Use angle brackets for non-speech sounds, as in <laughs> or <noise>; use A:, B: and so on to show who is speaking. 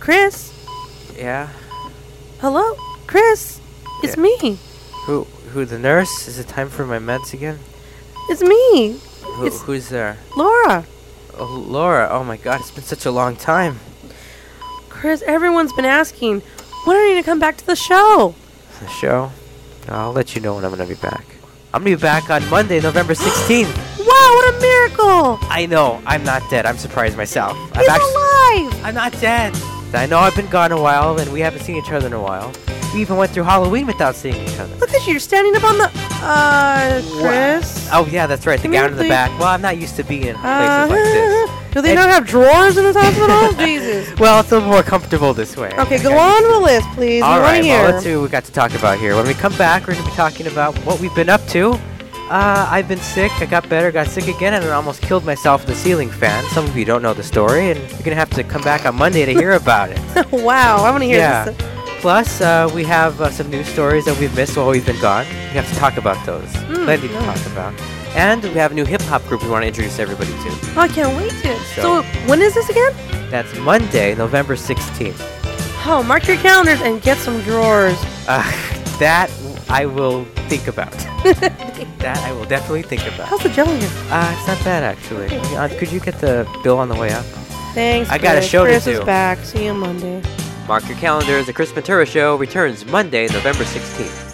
A: Chris,
B: Yeah.
A: hello, Chris, it's
B: Yeah.
A: me,
B: Who? Who? The nurse? Is it time for my meds again?
A: it's me,
B: Who,
A: It's-
B: who's there?
A: Laura.
B: Oh, Laura. Oh my God! It's been such a long time.
A: Chris, everyone's been asking, when are you gonna come back to the show?
B: The show. I'll let you know when I'm gonna be back. I'm gonna be back on Monday, November 16th.
A: Wow, what a miracle!
B: I know. I'm not dead. I'm surprised myself.
A: He's
B: I've actually.
A: alive!
B: I'm not dead. I know I've been gone a while, and we haven't seen each other in a while. We even went through Halloween without seeing each other.
A: Look at you, you're standing up on the. Uh, Chris?
B: Oh yeah, that's right. The
A: Come
B: gown
A: here,
B: in the
A: please.
B: back. Well, I'm not used to being in places
A: Uh,
B: like this.
A: Do they
B: And-
A: not have drawers in this
B: <laughs>
A: hospital? Jesus.
B: Well, it's a little more comfortable this way.
A: Okay, go
B: Okay.
A: on with the list, please.
B: All
A: we
B: right.
A: want to hear.
B: Well, let's see what we got to talk about here. When we come back, we're gonna be talking about what we've been up to. Uh, I've been sick. I got better. Got sick again, and I almost killed myself with a ceiling fan. Some of you don't know the story, and you're gonna have to come back on Monday to hear about it.
A: <laughs> wow, I want to hear
B: Yeah.
A: this.
B: Plus, uh, we have uh, some news stories that we've missed while we've been gone. We have to talk about those.
A: Mm,
B: Plenty to
A: yeah.
B: talk about. And we have a new hip hop group we want to introduce everybody to.
A: Oh, I can't wait to.
B: So-
A: So, when is this again?
B: That's Monday, November 16th.
A: Oh, mark your calendars and get some drawers.
B: Uh, <laughs> that I will think about. that I will definitely think about.
A: How's the jelly here?
B: Uh, it's not bad, actually. Uh, could you get the bill on the way up?
A: Thanks.
B: I got a
A: Chris.
B: show to
A: Chris is
B: do.
A: back. See you Monday.
B: Mark your calendars. The Chris Ventura Show returns Monday, November 16th.